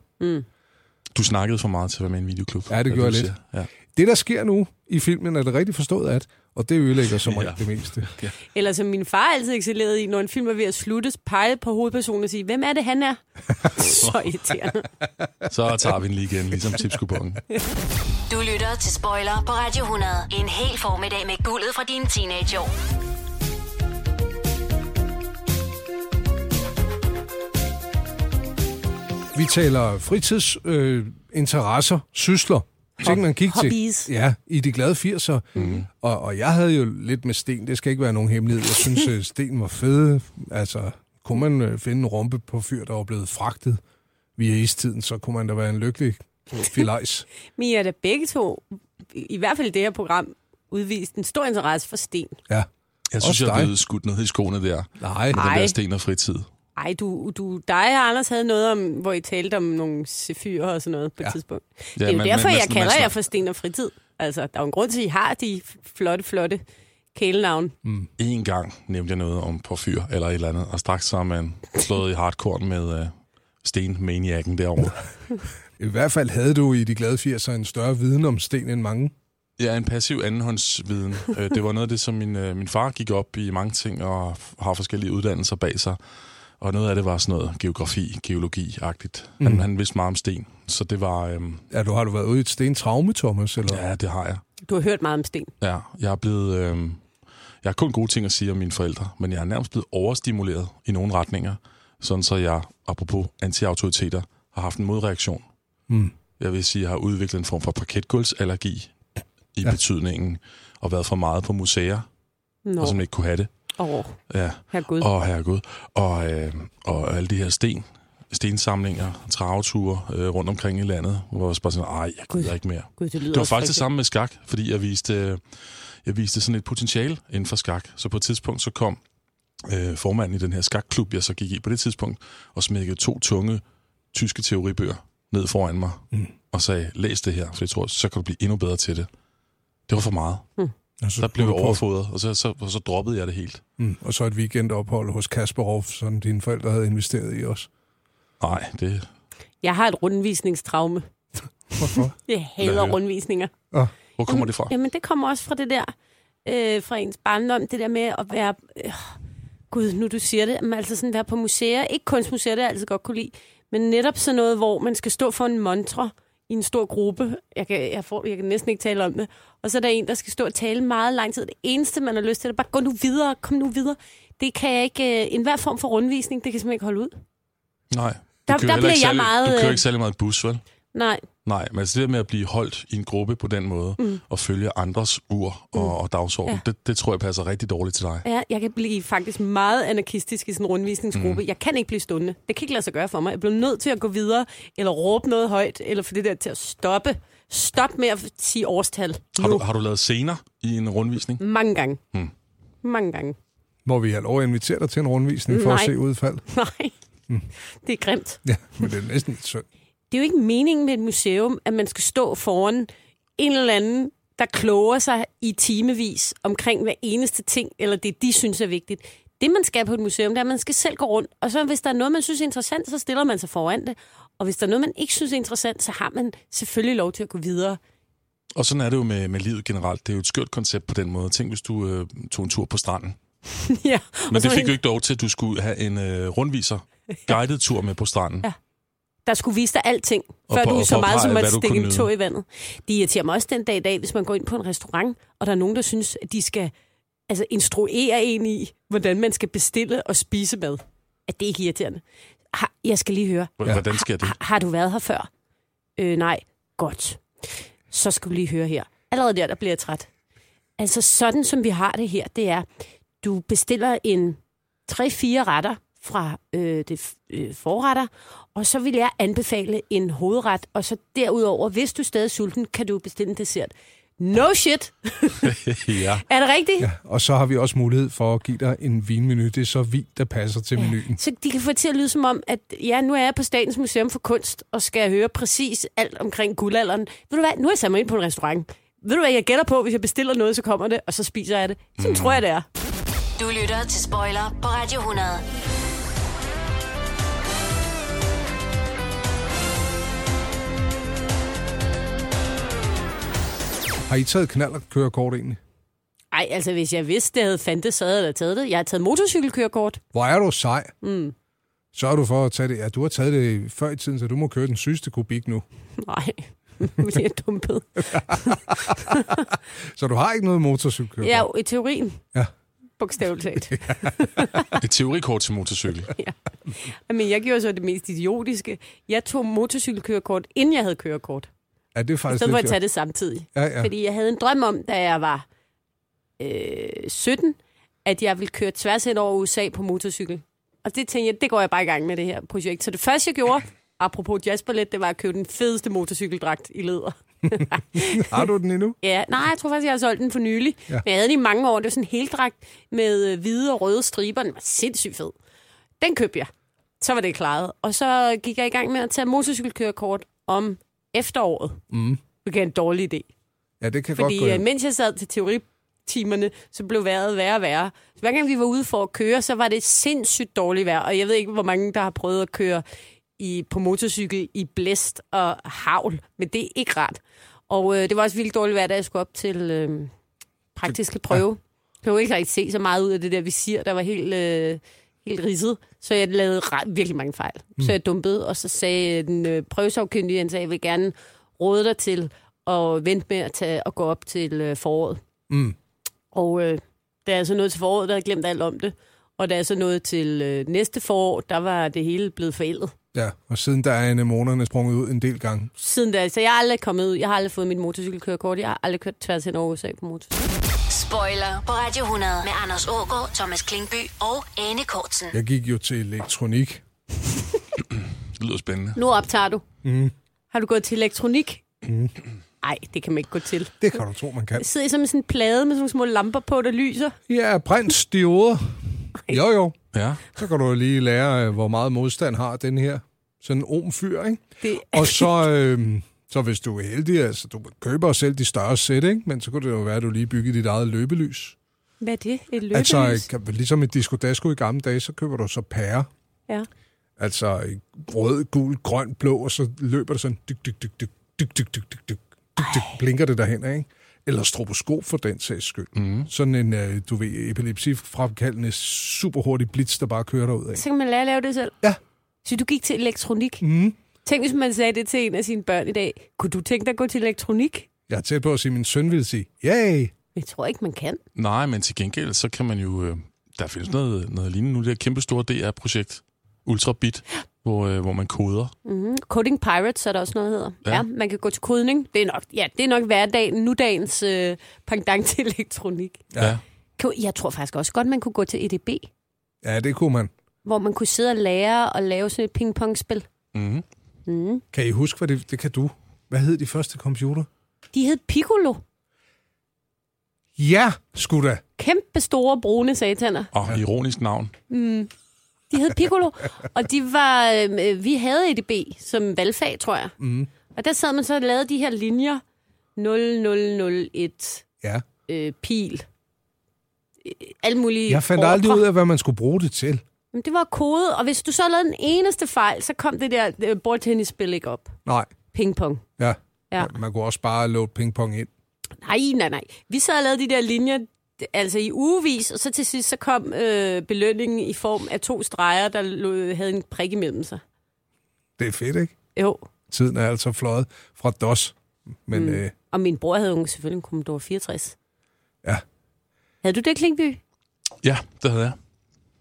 Du snakkede for meget til at være med i en videoklub. Ja, det Er gjorde du jeg siger? Ja. Det, der sker nu i filmen, er det rigtigt forstået, at, og det ødelægger som regel Ja. det meste. Eller som min far altid excellerede i, når en film var ved at slutte, pegede på hovedpersonen og sige, hvem er det, han er? Så irriterende. Så tager vi den lige igen, ligesom tipskupongen. Du lytter til Spoiler på Radio 100. En hel formiddag med guldet fra dine teenageår. Vi taler fritidsinteresser, øh, interesser, sysler. Ting, man gik hobbies. til. Ja, i de glade 80'er. Mm. Mhm. Og, og jeg havde jo lidt med sten. Det skal ikke være nogen hemmelighed. Jeg synes, øh, sten var fed. Altså, kunne man øh, finde en rumpe på fyr, der var blevet fragtet via istiden, så kunne man da være en lykkelig filajs. Men I er da begge to, i i hvert fald i det her program, udvist en stor interesse for sten. Ja. Jeg synes, Også jeg er dig. blevet skudt ned i skoene der. Nej. Med den Ej. der sten og fritid. Ej, du, du, dig og Anders havde noget om, hvor I talte om nogle sefyrer og sådan noget på et Ja. ja. tidspunkt. Det Ja, er jo man- derfor, man- jeg man- kalder man- jer for Sten og Fritid. Altså, der er jo en grund til, at I har de flotte, flotte kælenavn. En gang nævnte jeg noget om porfyr eller et eller andet, og straks så er man slået i hardcore med øh, stenmaniakken derovre. I hvert fald havde du i de glade 80'er en større viden om sten end mange. Ja, en passiv andenhåndsviden. Øh, det var noget af det, som min, øh, min far gik op i mange ting og f- har forskellige uddannelser bag sig. Og noget af det var sådan noget geografi, geologi-agtigt. Mm. Han, han vidste meget om sten, så det var... Øhm, Ja, du har du været ude i et stentraume, Thomas? Eller? ja, det har jeg. Du har hørt meget om sten. Ja, jeg er blevet... Øh, jeg har kun gode ting at sige om mine forældre, men jeg er nærmest blevet overstimuleret i nogle retninger, sådan så jeg, apropos antiautoriteter, har haft en modreaktion. Mm. Jeg vil sige, jeg har udviklet en form for parketgulvsallergi i ja. betydningen, og været for meget på museer, Nå. og som ikke kunne have det. Åh, Ja. herregud. Altså, Og herregud. Og, øh, og alle de her sten, stensamlinger, traveture øh, rundt omkring i landet, hvor jeg var bare sådan, ej, jeg gider ikke mere. Gud, det lyder det var også faktisk det frygteligt. samme med skak, fordi jeg viste, øh, jeg viste sådan et potentiale inden for skak. Så på et tidspunkt så kom øh, formanden i den her skakklub, jeg så gik i på det tidspunkt, og smækkede to tunge tyske teoribøger ned foran mig, mm. og sagde, læs det her, for jeg tror, så kan du blive endnu bedre til det. Det var for meget. Mm. Og så Der blev skulle jeg Altså, du på- overfodret, og så, så, og så droppede jeg det helt. Mm. Og så et weekendophold hos Kasparov, som dine forældre havde investeret i også. Nej, det... Jeg har et rundvisningstraume. Hvorfor? Jeg Hvad hader er det? rundvisninger. Ah. Hvor kommer det fra? Jamen, det kommer også fra det der, øh, fra ens barndom, det der med at være... Øh, Gud, nu du siger det, men altså sådan være på museer, ikke kunstmuseer, det har jeg altid godt kunne lide, men netop sådan noget, hvor man skal stå for en montre i en stor gruppe, jeg kan, jeg, får, jeg kan næsten ikke tale om det, og så er der en, der skal stå og tale meget lang tid, det eneste, man har lyst til, det er bare, gå nu videre, kom nu videre, det kan jeg ikke, øh, enhver form for rundvisning, det kan jeg simpelthen ikke holde ud. Nej. Du kører Der- der heller ikke bliver jeg særlig, meget, Du kører øh, ikke særlig meget bus, vel? Nej, Nej, men altså det der med at blive holdt i en gruppe på den måde, Mm. mm. og følge andres ur og, og dagsorden, Ja. ja. det, det tror jeg passer rigtig dårligt til dig. Ja, jeg kan blive faktisk meget anarkistisk i sådan en rundvisningsgruppe. Mm. Jeg kan ikke blive stående. Det kan ikke lade sig gøre for mig. Jeg bliver nødt til at gå videre, eller råbe noget højt, eller få det der til at stoppe. Stop med at sige årstal. Har du, har du lavet scener i en rundvisning? Mange gange. Mm. Mange gange. Må vi have lov at invitere dig til en rundvisning for Nej. at se udfald? Nej, Hmm. det er grimt. Ja, men det er næsten lidt synd. Det er jo ikke meningen med et museum, at man skal stå foran en eller anden, der kloger sig i timevis omkring hver eneste ting, eller det, de synes er vigtigt. Det, man skal på et museum, det er, at man skal selv gå rundt, og så hvis der er noget, man synes er interessant, så stiller man sig foran det. Og hvis der er noget, man ikke synes er interessant, så har man selvfølgelig lov til at gå videre. Mm. Og sådan er det jo med, med livet generelt. Det er jo et skørt koncept på den måde. Tænk, hvis du øh, tog en tur på stranden. ja, Men og så det fik en- jo ikke lov til, at du skulle have en øh, rundviser guided tur med på stranden. Ja. Der skulle vise dig alting, Og før på- du og så meget påpege, som at hvad du stikke kunne en nyde. tog i vandet. De irriterer mig også den dag i dag, hvis man går ind på en restaurant, og der er nogen, der synes, at de skal altså, instruere en i, hvordan man skal bestille og spise mad. At det er ikke irriterende. Har, jeg skal lige høre. H- hvordan sker det? Har, har du været her før? Øh, nej. Godt. Så skal du lige høre her. Allerede der, der bliver jeg træt. Altså sådan, som vi har det her, det er, du bestiller en 3-4 retter fra øh, det f- øh, forretter, og så vil jeg anbefale en hovedret, og så derudover, hvis du er stadig er sulten, kan du bestille en dessert. No shit! ja. Er det rigtigt? ja. Og så har vi også mulighed for at give dig en vinmenu. Det er så vin, der passer til ja. menuen. Så de kan få det til at lyde som om, at ja, nu er jeg på Statens Museum for Kunst, og skal høre præcis alt omkring guldalderen. Ved du hvad, nu har jeg sat mig ind på en restaurant. Ved du hvad, jeg gætter på, hvis jeg bestiller noget, så kommer det, og så spiser jeg det. Sådan mm. tror jeg, det er. Du lytter til Spoiler på Radio 100. Har I taget knallerkørekort egentlig? Ej, altså hvis jeg vidste, det havde fandtes, så havde jeg da taget det. Jeg har taget motorcykelkørekort. Hvor er du sej? Mm. Så er du for at tage det. Ja, du har taget det før i tiden, så du må køre den sygeste kubik nu. Nej, det er dumpet. Så du har ikke noget motorcykelkørekort? Ja, i teorien. Ja. Bogstaveligt talt. Et teorikort til motorcykel. Men jeg gjorde så det mest idiotiske. Jeg tog motorcykelkørekort, inden jeg havde kørekort. Ja, det er I faktisk stedet for at lidt tage det samtidig. Ja, ja. Fordi jeg havde en drøm om, da jeg var øh, 17, at jeg ville køre tværs hen over USA på motorcykel. Og det tænkte jeg, det går jeg bare i gang med det her projekt. Så det første, jeg gjorde, apropos jazzballet, det var at købe den fedeste motorcykeldragt i læder. Har du den endnu? Ja, nej, jeg tror faktisk, jeg har solgt den for nylig. Ja. Ja. Men jeg havde den i mange år. Det var sådan en heldragt med øh, hvide og røde striber. Den var sindssygt fed. Den købte jeg. Så var det klaret. Og så gik jeg i gang med at tage motorcykelkørekort om efteråret. Mm. Det er en dårlig idé. Ja, det kan godt gå. Fordi øh, hjem. mens jeg sad til teoritimerne, så blev vejret værre og værre. Så hver gang vi var ude for at køre, så var det sindssygt dårligt vejr. Og jeg ved ikke, hvor mange, der har prøvet at køre i, på motorcykel i blæst og havl. Men det er ikke rart. Og øh, det var også vildt dårligt vejr, da jeg skulle op til øh, praktiske prøve. Jeg kunne ikke rigtig se så meget ud af det der visir, der var helt, øh, helt ridset. Så jeg lavede re- virkelig mange fejl. Mm. Så jeg dumpede, og så sagde den øh, prøvesavkyndige, han sagde, jeg vil gerne råde dig til at vente med at tage og gå op til øh, foråret. Mm. Og øh, da jeg så nåede til foråret, der havde jeg glemt alt om det. Og da jeg så nåede til øh, næste forår, der var det hele blevet forældet. Ja, og siden der er anemonerne sprunget ud en del gange. Siden da, så jeg er aldrig kommet ud. Jeg har aldrig fået mit motorcykelkørekort. Jeg har aldrig kørt tværs hen over USA på motorcykel. Spoiler på Radio 100 med Anders Ågaard, Thomas Klingby og Anne Kortsen. Jeg gik jo til elektronik. det lyder spændende. Nu optager du. Mm. Har du gået til elektronik? Mm. Nej, det kan man ikke gå til. Det kan du tro, man kan. Sidder I så med sådan en plade med sådan nogle små lamper på, der lyser? Ja, prins dioder. Jo, jo. Ja. Så kan du lige lære, øh, hvor meget modstand har den her. Sådan en om fyr, ikke? Det Og så, øh, så hvis du er heldig, altså du køber selv de større sæt, ikke? Men så kunne det jo være, at du lige byggede dit eget løbelys. Hvad er det? Et løbelys? løbelys. Altså, kan- ligesom i Disco i gamle dage, så køber du så pære. Ja. Altså i rød, gul, grøn, blå, og så løber det sådan, dyk, dyk, dyk, dyk, dyk, dyk, dyk, dyk, dyk, dyk, dyk, blinker det derhen, ikke? Eller stroboskop for den sags skyld. Mm. Sådan en, øh, du ved, epilepsifremkaldende, super hurtig blitz, der bare kører derud af. Så kan man lære at lave det selv? Ja. Så du gik til elektronik? Mm. Tænk, hvis man sagde det til en af sine børn i dag. Kunne du tænke dig at gå til elektronik? Jeg er tæt på at sige, at min søn ville sige, yay! Jeg tror ikke, man kan. Nej, men til gengæld, så kan man jo... Øh, der findes noget, noget lignende nu, det her kæmpe store DR-projekt, Ultrabit, hvor, øh, hvor man koder. Mm-hmm. Coding Pirates er der også noget, der hedder. Ja. Ja. ja. man kan gå til kodning. Det er nok, ja, det er nok hverdagen, nudagens øh, pendant til elektronik. Ja. Kan- Jeg tror faktisk også godt, man kunne gå til EDB, Ja, det kunne man. hvor man kunne sidde og lære og lave sådan et pingpongspil. Mm. Mm. Kan I huske, hvad det, det kan du? Hvad hed de første computer? De hed Piccolo. Ja, sgu da. Kæmpe store brune sataner. Og ironisk navn. Mm. De hed Piccolo, og de var, øh, vi havde EDB som valgfag, tror jeg. Mm. Og der sad man så og lavede de her linjer. 0001 Ja. øh, pil. Øh, Alle mulige Jeg fandt ordre. aldrig ud af, hvad man skulle bruge det til. Men det var kode, og hvis du så lavede den eneste fejl, så kom det der øh, bordtennisspil ikke op. Nej, Pingpong. ja. Ja. Man kunne også bare låne pingpong ind. Nej, nej, nej. Vi sad og lavede de der linjer d- altså i ugevis, og så til sidst så kom øh, belønningen i form af to streger, der lå, havde en prik imellem sig. Det er fedt, ikke? Jo. Tiden er altså fløjet fra DOS. Men mm. øh, Og min bror havde jo selvfølgelig en Commodore 64. Ja. Havde du det, Klingby? Ja, det havde jeg.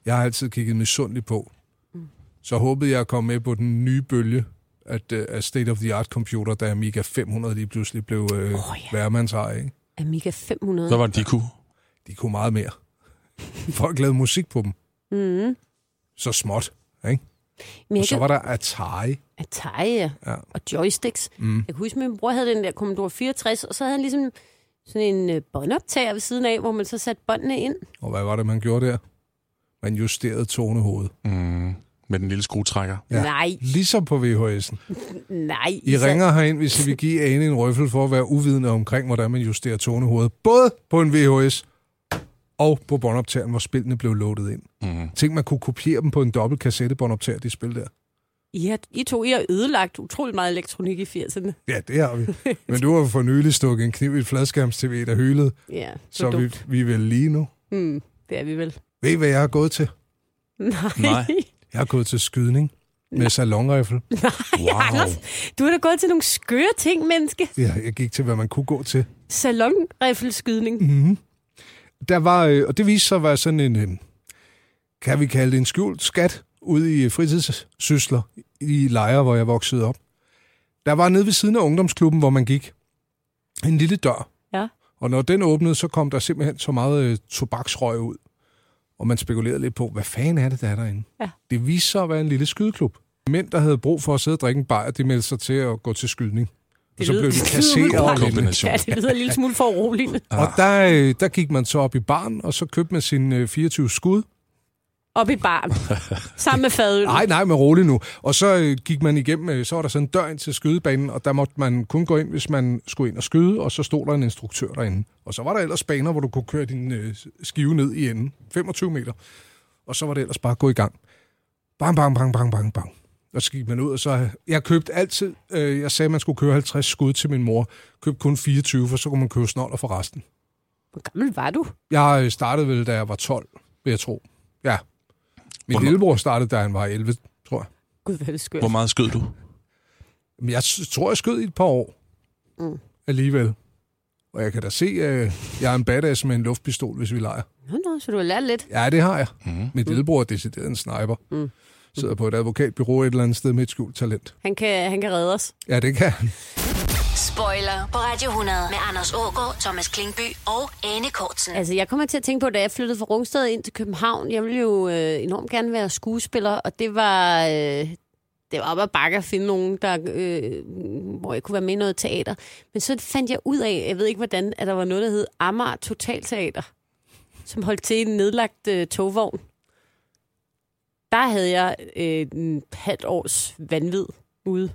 jeg har altid kigget misundeligt på. Mm. Så håbede jeg at komme med på den nye bølge at, øh, af state-of-the-art computer, da Amiga 500 lige pludselig blev øh, oh, ja. værmandseje. ikke? Amiga 500. Hvad var det, de kunne? De kunne meget mere. Folk lavede musik på dem. Mm. Så småt, ikke? Men jeg Og så kan- var der Atari. Atari ja. Ja. og joysticks. Mm. Jeg kan huske, at min bror havde den der Commodore 64, og så havde han ligesom sådan en øh, båndoptager ved siden af, hvor man så satte båndene ind. Og hvad var det, man gjorde der? Man justerede tonehovedet. Mm. Med den lille skruetrækker. Nej. Ligesom på VHS'en. Nej. I så- ringer herind, hvis I vil give Ane en røffel for at være uvidende omkring, hvordan man justerer tonehovedet. Både på en VHS og på båndoptageren, hvor spillene blev loadet ind. Mm. Tænk, man kunne kopiere dem på en dobbelt kassettebåndoptager, de spil der. I, har, I to I har ødelagt utrolig meget elektronik i 80'erne. Ja, det har vi. Men du har for nylig stukket en kniv i et fladskærmstv, der hylede. Ja, Så så vi, vi er vel lige nu. vi... mm, det er vi vel. Ved I, hvad jeg har gået til? Nej. Nej. Jeg har gået til skydning med salonrifle. Wow. Anders, du er da gået til nogle skøre ting, menneske. Ja, jeg gik til, hvad man kunne gå til. Salonriffelskydning. Mm-hmm. Der var, øh, og det viste sig at være sådan en, øh, kan vi kalde det en skjult skat, ude i øh, fritidssysler i lejre, hvor jeg voksede op. Der var nede ved siden af ungdomsklubben, hvor man gik, en lille dør. Ja. Og når den åbnede, så kom der simpelthen så meget øh, tobaksrøg ud. Og man spekulerede lidt på, hvad fanden er det, der er derinde? Ja. Det viste sig at være en lille skydeklub. Mænd, der havde brug for at sidde og drikke en bajer, de meldte sig til at gå til skydning. og så lyder- blev de det lyder kasseret. umiddelbart- og lignende. Ja, det lyder en lille smule for uroligende. Og der, øh, der gik man så op i barn, og så købte man sine øh, 24 skud. Op i baren. Sammen med fadøl. Nej, nej, men rolig nu. Og så øh, gik man igennem, øh, så var der sådan en dør ind til skydebanen, og der måtte man kun gå ind, hvis man skulle ind og skyde, og så stod der en instruktør derinde. Og så var der ellers baner, hvor du kunne køre din øh, skive ned i enden, 25 meter. Og så var det ellers bare at gå i gang. Bang, bang, bang, bang, bang, bang. Og så gik man ud, og så... øh, Jeg købte altid... Øh, jeg sagde, at man skulle køre 50 skud til min mor. Købte kun 24, for så kunne man købe snoller for resten. Hvor gammel var du? Jeg øh, startede vel, da jeg var 12, vil jeg tro. Ja. Min Hvornår? lillebror startede, da han var 11, tror jeg. Gud, hvad er det skørt. Hvor meget skød du? Men jeg s- tror, jeg skød i et par år Mm. alligevel. Og jeg kan da se, at jeg er en badass med en luftpistol, hvis vi leger. Nå, nå, så du har lært lidt. Ja, det har jeg. Mm. Min lillebror er decideret en sniper. Mm. Sidder på et advokatbyrå et eller andet sted med et skjult talent. Han kan, han kan redde os. Ja, det kan han. Spoiler på Radio 100 med Anders Ågaard, Thomas Klingby og Anne Kortsen. Altså, jeg kommer til at tænke på, da jeg flyttede fra Rungsted ind til København, jeg ville jo øh, enormt gerne være skuespiller, og det var, øh, det var op ad bakke at finde nogen, der, øh, hvor jeg kunne være med i noget teater. Men så fandt jeg ud af, jeg ved ikke hvordan, at der var noget, der hed Amager Totalteater, som holdt til i en nedlagt øh, togvogn. Der havde jeg øh, en halvt års vanvid ude.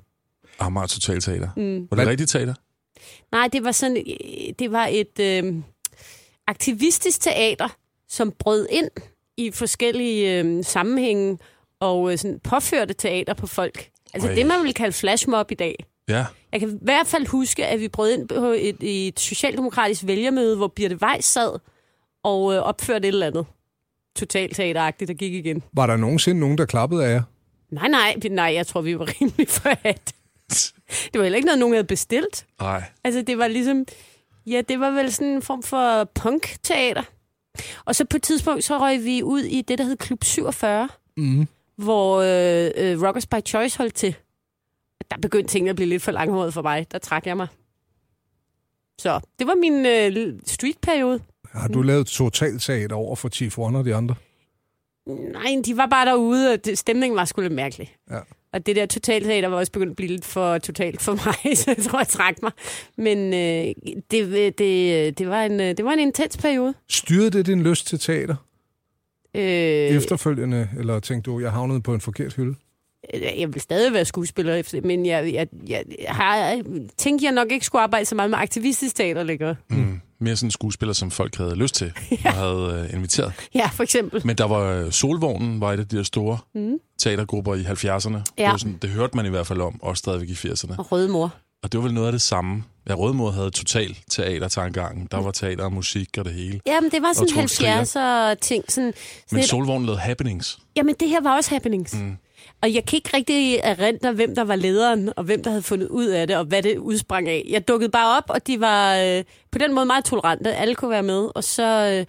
Amager Ah, Totalteater. Mm. Mm. Var det et rigtigt teater? Nej, det var sådan, øh, det var et øh, aktivistisk teater, som brød ind i forskellige øh, sammenhænge og øh, sådan påførte teater på folk. Altså Ej. det, man ville kalde flashmob i dag. Ja. Jeg kan i hvert fald huske, at vi brød ind på et, i et socialdemokratisk vælgermøde, hvor Birte Weiss sad og øh, opførte et eller andet totalt teateragtigt, der gik igen. Var der nogensinde nogen, der klappede af jer? Nej, nej, vi- nej, jeg tror, vi var rimelig forhat. Det var heller ikke noget, nogen havde bestilt. Nej. Altså, det var ligesom... Ja, det var vel sådan en form for punk-teater. Og så på et tidspunkt, så røg vi ud i det, der hed Klub 47, Mm. hvor øh, øh, Rockers by Choice holdt til. Der begyndte tingene at blive lidt for langhåret for mig. Der trak jeg mig. Så det var min øh, street-periode. Har Mm. du lavet totalt teater over for Chief One og de andre? Nej, de var bare derude, og det, stemningen var sgu lidt mærkelig. Ja. Og det der totalteater var også begyndt at blive lidt for totalt for mig, så jeg tror, jeg trak mig. Men øh, det, det, det, var en, øh, det var en intens periode. Styrede det din lyst til teater Øh, øh. efterfølgende, eller tænkte du, jeg havnede på en forkert hylde? øh, Jeg vil stadig være skuespiller, efter- men jeg, jeg, jeg, har, jeg tænkte, jeg nok ikke skulle arbejde så meget med aktivistisk teater længere. Mm. Mere sådan en skuespiller, som folk havde lyst til og havde øh, inviteret. Ja, for eksempel. Men der var øh, Solvognen, var et af de der store Mm. teatergrupper i 70'erne. Ja. Det, var sådan, det hørte man i hvert fald om, også stadigvæk i 80'erne. Og Rødmor. Og det var vel noget af det samme. Ja, Rødmor havde total teater tankegangen. Der var teater og musik og det hele. Jamen, det var Og sådan Troels Trier. 70'er ting. Sådan, sådan Men et, Solvognen lavede happenings. jamen, det her var også happenings. Mm. Og jeg kan ikke rigtig erindre, hvem der var lederen, og hvem der havde fundet ud af det, og hvad det udsprang af. Jeg dukkede bare op, og de var øh, på den måde meget tolerante. Alle kunne være med, og så... Øh,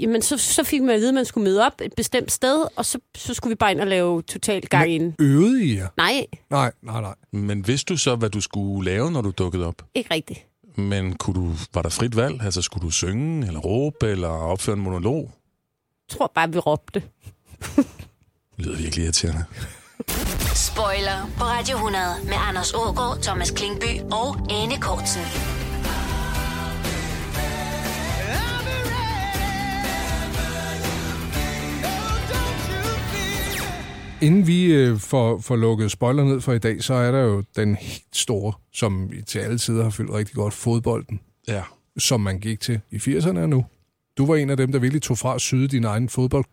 Jamen, så, så fik man at vide, at man skulle møde op et bestemt sted, og så, så skulle vi bare ind og lave totalt gang inden. Øvede I jer? Nej, Nej, nej, nej. Men vidste du så, hvad du skulle lave, når du dukkede op? ikke rigtigt. Men kunne du, var der frit valg? Altså, skulle du synge, eller råbe, eller opføre en monolog? Jeg tror bare, vi råbte. Det lyder virkelig irriterende. Spoiler på Radio 100 med Anders Ågaard, Thomas Klingby og Anne Kortsen. Inden vi øh, får, får lukket spoiler ned for i dag, så er der jo den helt store, som vi til alle sider har fyldt rigtig godt, fodbolden, Ja. som man gik til i 80'erne og nu. Du var en af dem, der virkelig tog fra at syde dine egne fodbolddragter.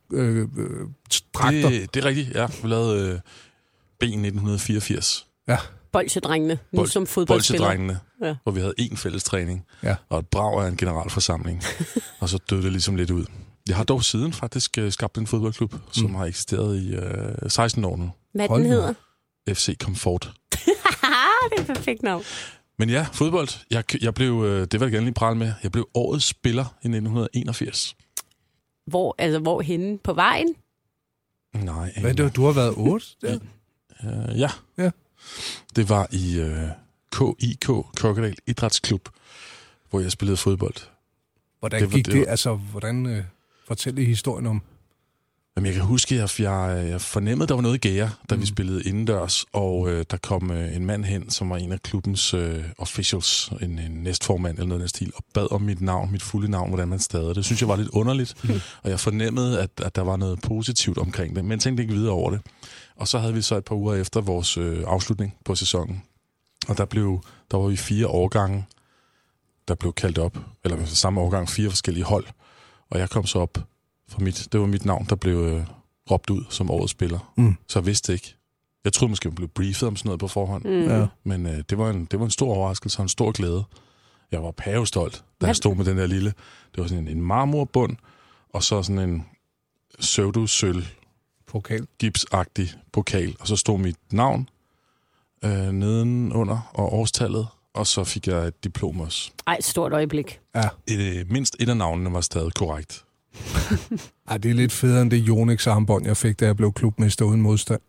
Øh, øh, Det, det er rigtigt, ja. Vi lavede øh, B1984. Bolsjedrengene, nu Bol- som fodboldspillere. Bolsjedrengene, Ja. ja. hvor vi havde én fælles træning, Ja. og et brag af en generalforsamling. og så døde det ligesom lidt ud. Jeg har dog siden faktisk øh, skabt en fodboldklub, som Mm. har eksisteret i øh, 16 år nu. Hvad Hold den nu. hedder? FC Comfort. Haha, det er et perfekt navn. Men ja, fodbold. Jeg, jeg blev, øh, det vil jeg gerne lige prale med, jeg blev årets spiller i 1981. Hvor, altså, hvor henne? På vejen? Nej. Hvad, du, du har været otte? Ja. Øh, ja. Ja. Det var i øh, KIK, Kokkedal Idrætsklub, hvor jeg spillede fodbold. Hvordan Det det, var- gik det det? det? var- Altså, hvordan øh, fortælle historien om? Jamen, jeg kan huske, at jeg, jeg fornemmede, at der var noget i gære, da mm. vi spillede indendørs, og øh, der kom øh, en mand hen, som var en af klubbens øh, officials, en, en næstformand eller noget af den stil, og bad om mit navn, mit fulde navn, hvordan man stavede. Det synes jeg var lidt underligt, mm. og jeg fornemmede, at, at der var noget positivt omkring det, men jeg tænkte ikke videre over det. Og så havde vi så et par uger efter vores øh, afslutning på sæsonen, og der, blev, der var vi fire årgange, der blev kaldt op, eller samme årgang, fire forskellige hold, og jeg kom så op for mit, det var mit navn, der blev øh, råbt ud som årets spiller. Mm. Så jeg vidste ikke. Jeg troede måske, man blev briefet om sådan noget på forhånd. Mm. Ja. Men øh, det, var en, det var en stor overraskelse og en stor glæde. Jeg var pavestolt, da Hvad- jeg stod med den der lille. Det var sådan en, en marmorbund, og så sådan en pseudo-sølv Pokal. gipsagtig pokal, og så stod mit navn øh, nedenunder og årstallet, og så fik jeg et diplom også. Ej, et stort øjeblik. Et, øh, mindst et af navnene var stadig korrekt. Ej, det er lidt federe end det Yonex armbånd, jeg fik, da jeg blev klubmester uden modstand.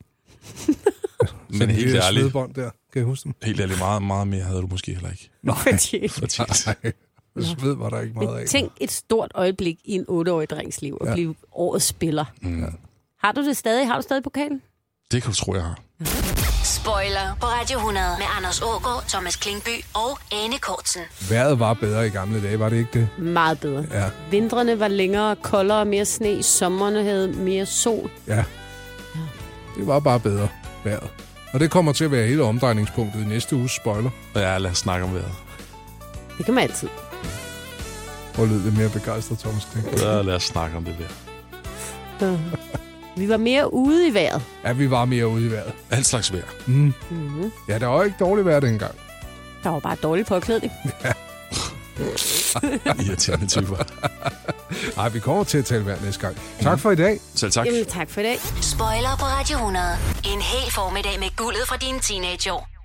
Men Sådan en helt lille ærligt. svedbånd der. Kan jeg huske dem? Helt ærligt, meget, meget mere havde du måske heller ikke. Nej. Fortjent. Nej. Sved var der ikke meget af. Men tænk et stort øjeblik i en otteårig drengs liv at Ja. ja. blive årets spiller. Mm. Har du det stadig? Har du stadig pokalen? Det kan du tro, jeg har. Spoiler på Radio 100 med Anders Ågaard, Thomas Klingby og Anne Kortsen. Vejret var bedre i gamle dage, var det ikke det? Meget bedre. Ja. Vintrene var længere, koldere, mere sne. Sommerne havde mere sol. Ja. Det var bare bedre vejret. Og det kommer til at være hele omdrejningspunktet i næste uges spoiler. Ja, lad os snakke om vejret. Det kan man altid. Hvor lød det mere begejstret, Thomas Klink? Ja, lad os snakke om det der. Ja. Vi var mere ude i vejret. Ja, vi var mere ude i vejret. Alt slags vejr. Mm. Mm-hmm. Ja, der var jo ikke dårligt vejr dengang. Der var bare dårlig påklædning. Irriterende typer. Nej, vi kommer til at tale vejr næste gang. Tak for i dag. Selv Jamen, tak for i dag. Spoiler på Radio 100. En hel formiddag med guldet fra dine teenageår.